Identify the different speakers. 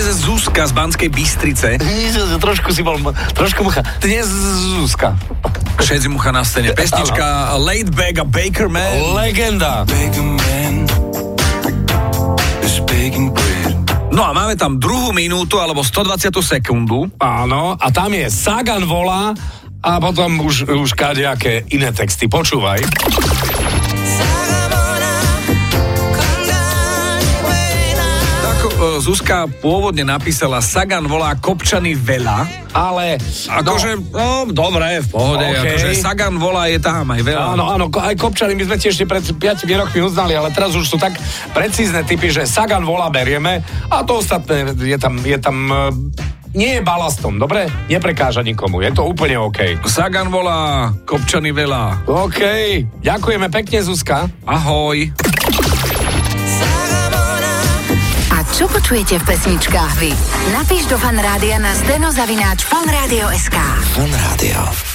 Speaker 1: Zuzka z Banskej Bystrice.
Speaker 2: trošku si bol, trošku mucha. Dnes Zuzka.
Speaker 1: Všetci mucha na scéne. Pesnička Late Back a Baker Man.
Speaker 2: Legenda.
Speaker 1: No a máme tam druhú minútu alebo 120 sekundu.
Speaker 2: Áno, a tam je Sagan volá a potom už, už kadejaké iné texty. Počúvaj.
Speaker 1: Ako e, Zuzka pôvodne napísala Sagan volá Kopčany veľa.
Speaker 2: Ale...
Speaker 1: Akože, no, dobre, v pohode.
Speaker 2: OK.
Speaker 1: Akože Sagan volá je tam aj veľa.
Speaker 2: Áno, áno, ko- aj Kopčany my sme ti ešte pred 5 rokmi uznali, ale teraz už sú tak precízne typy, že Sagan volá berieme a to ostatné je tam, je tam e, nie je balastom, dobre? Neprekáža nikomu, je to úplne OK.
Speaker 1: Sagan volá Kopčany veľa.
Speaker 2: OK, ďakujeme pekne Zuzka.
Speaker 1: Ahoj.
Speaker 3: A čo počujete v pesničkách vy? Napíš do fanrádia na steno zavináč fanradio.sk.
Speaker 4: Fan Rádio.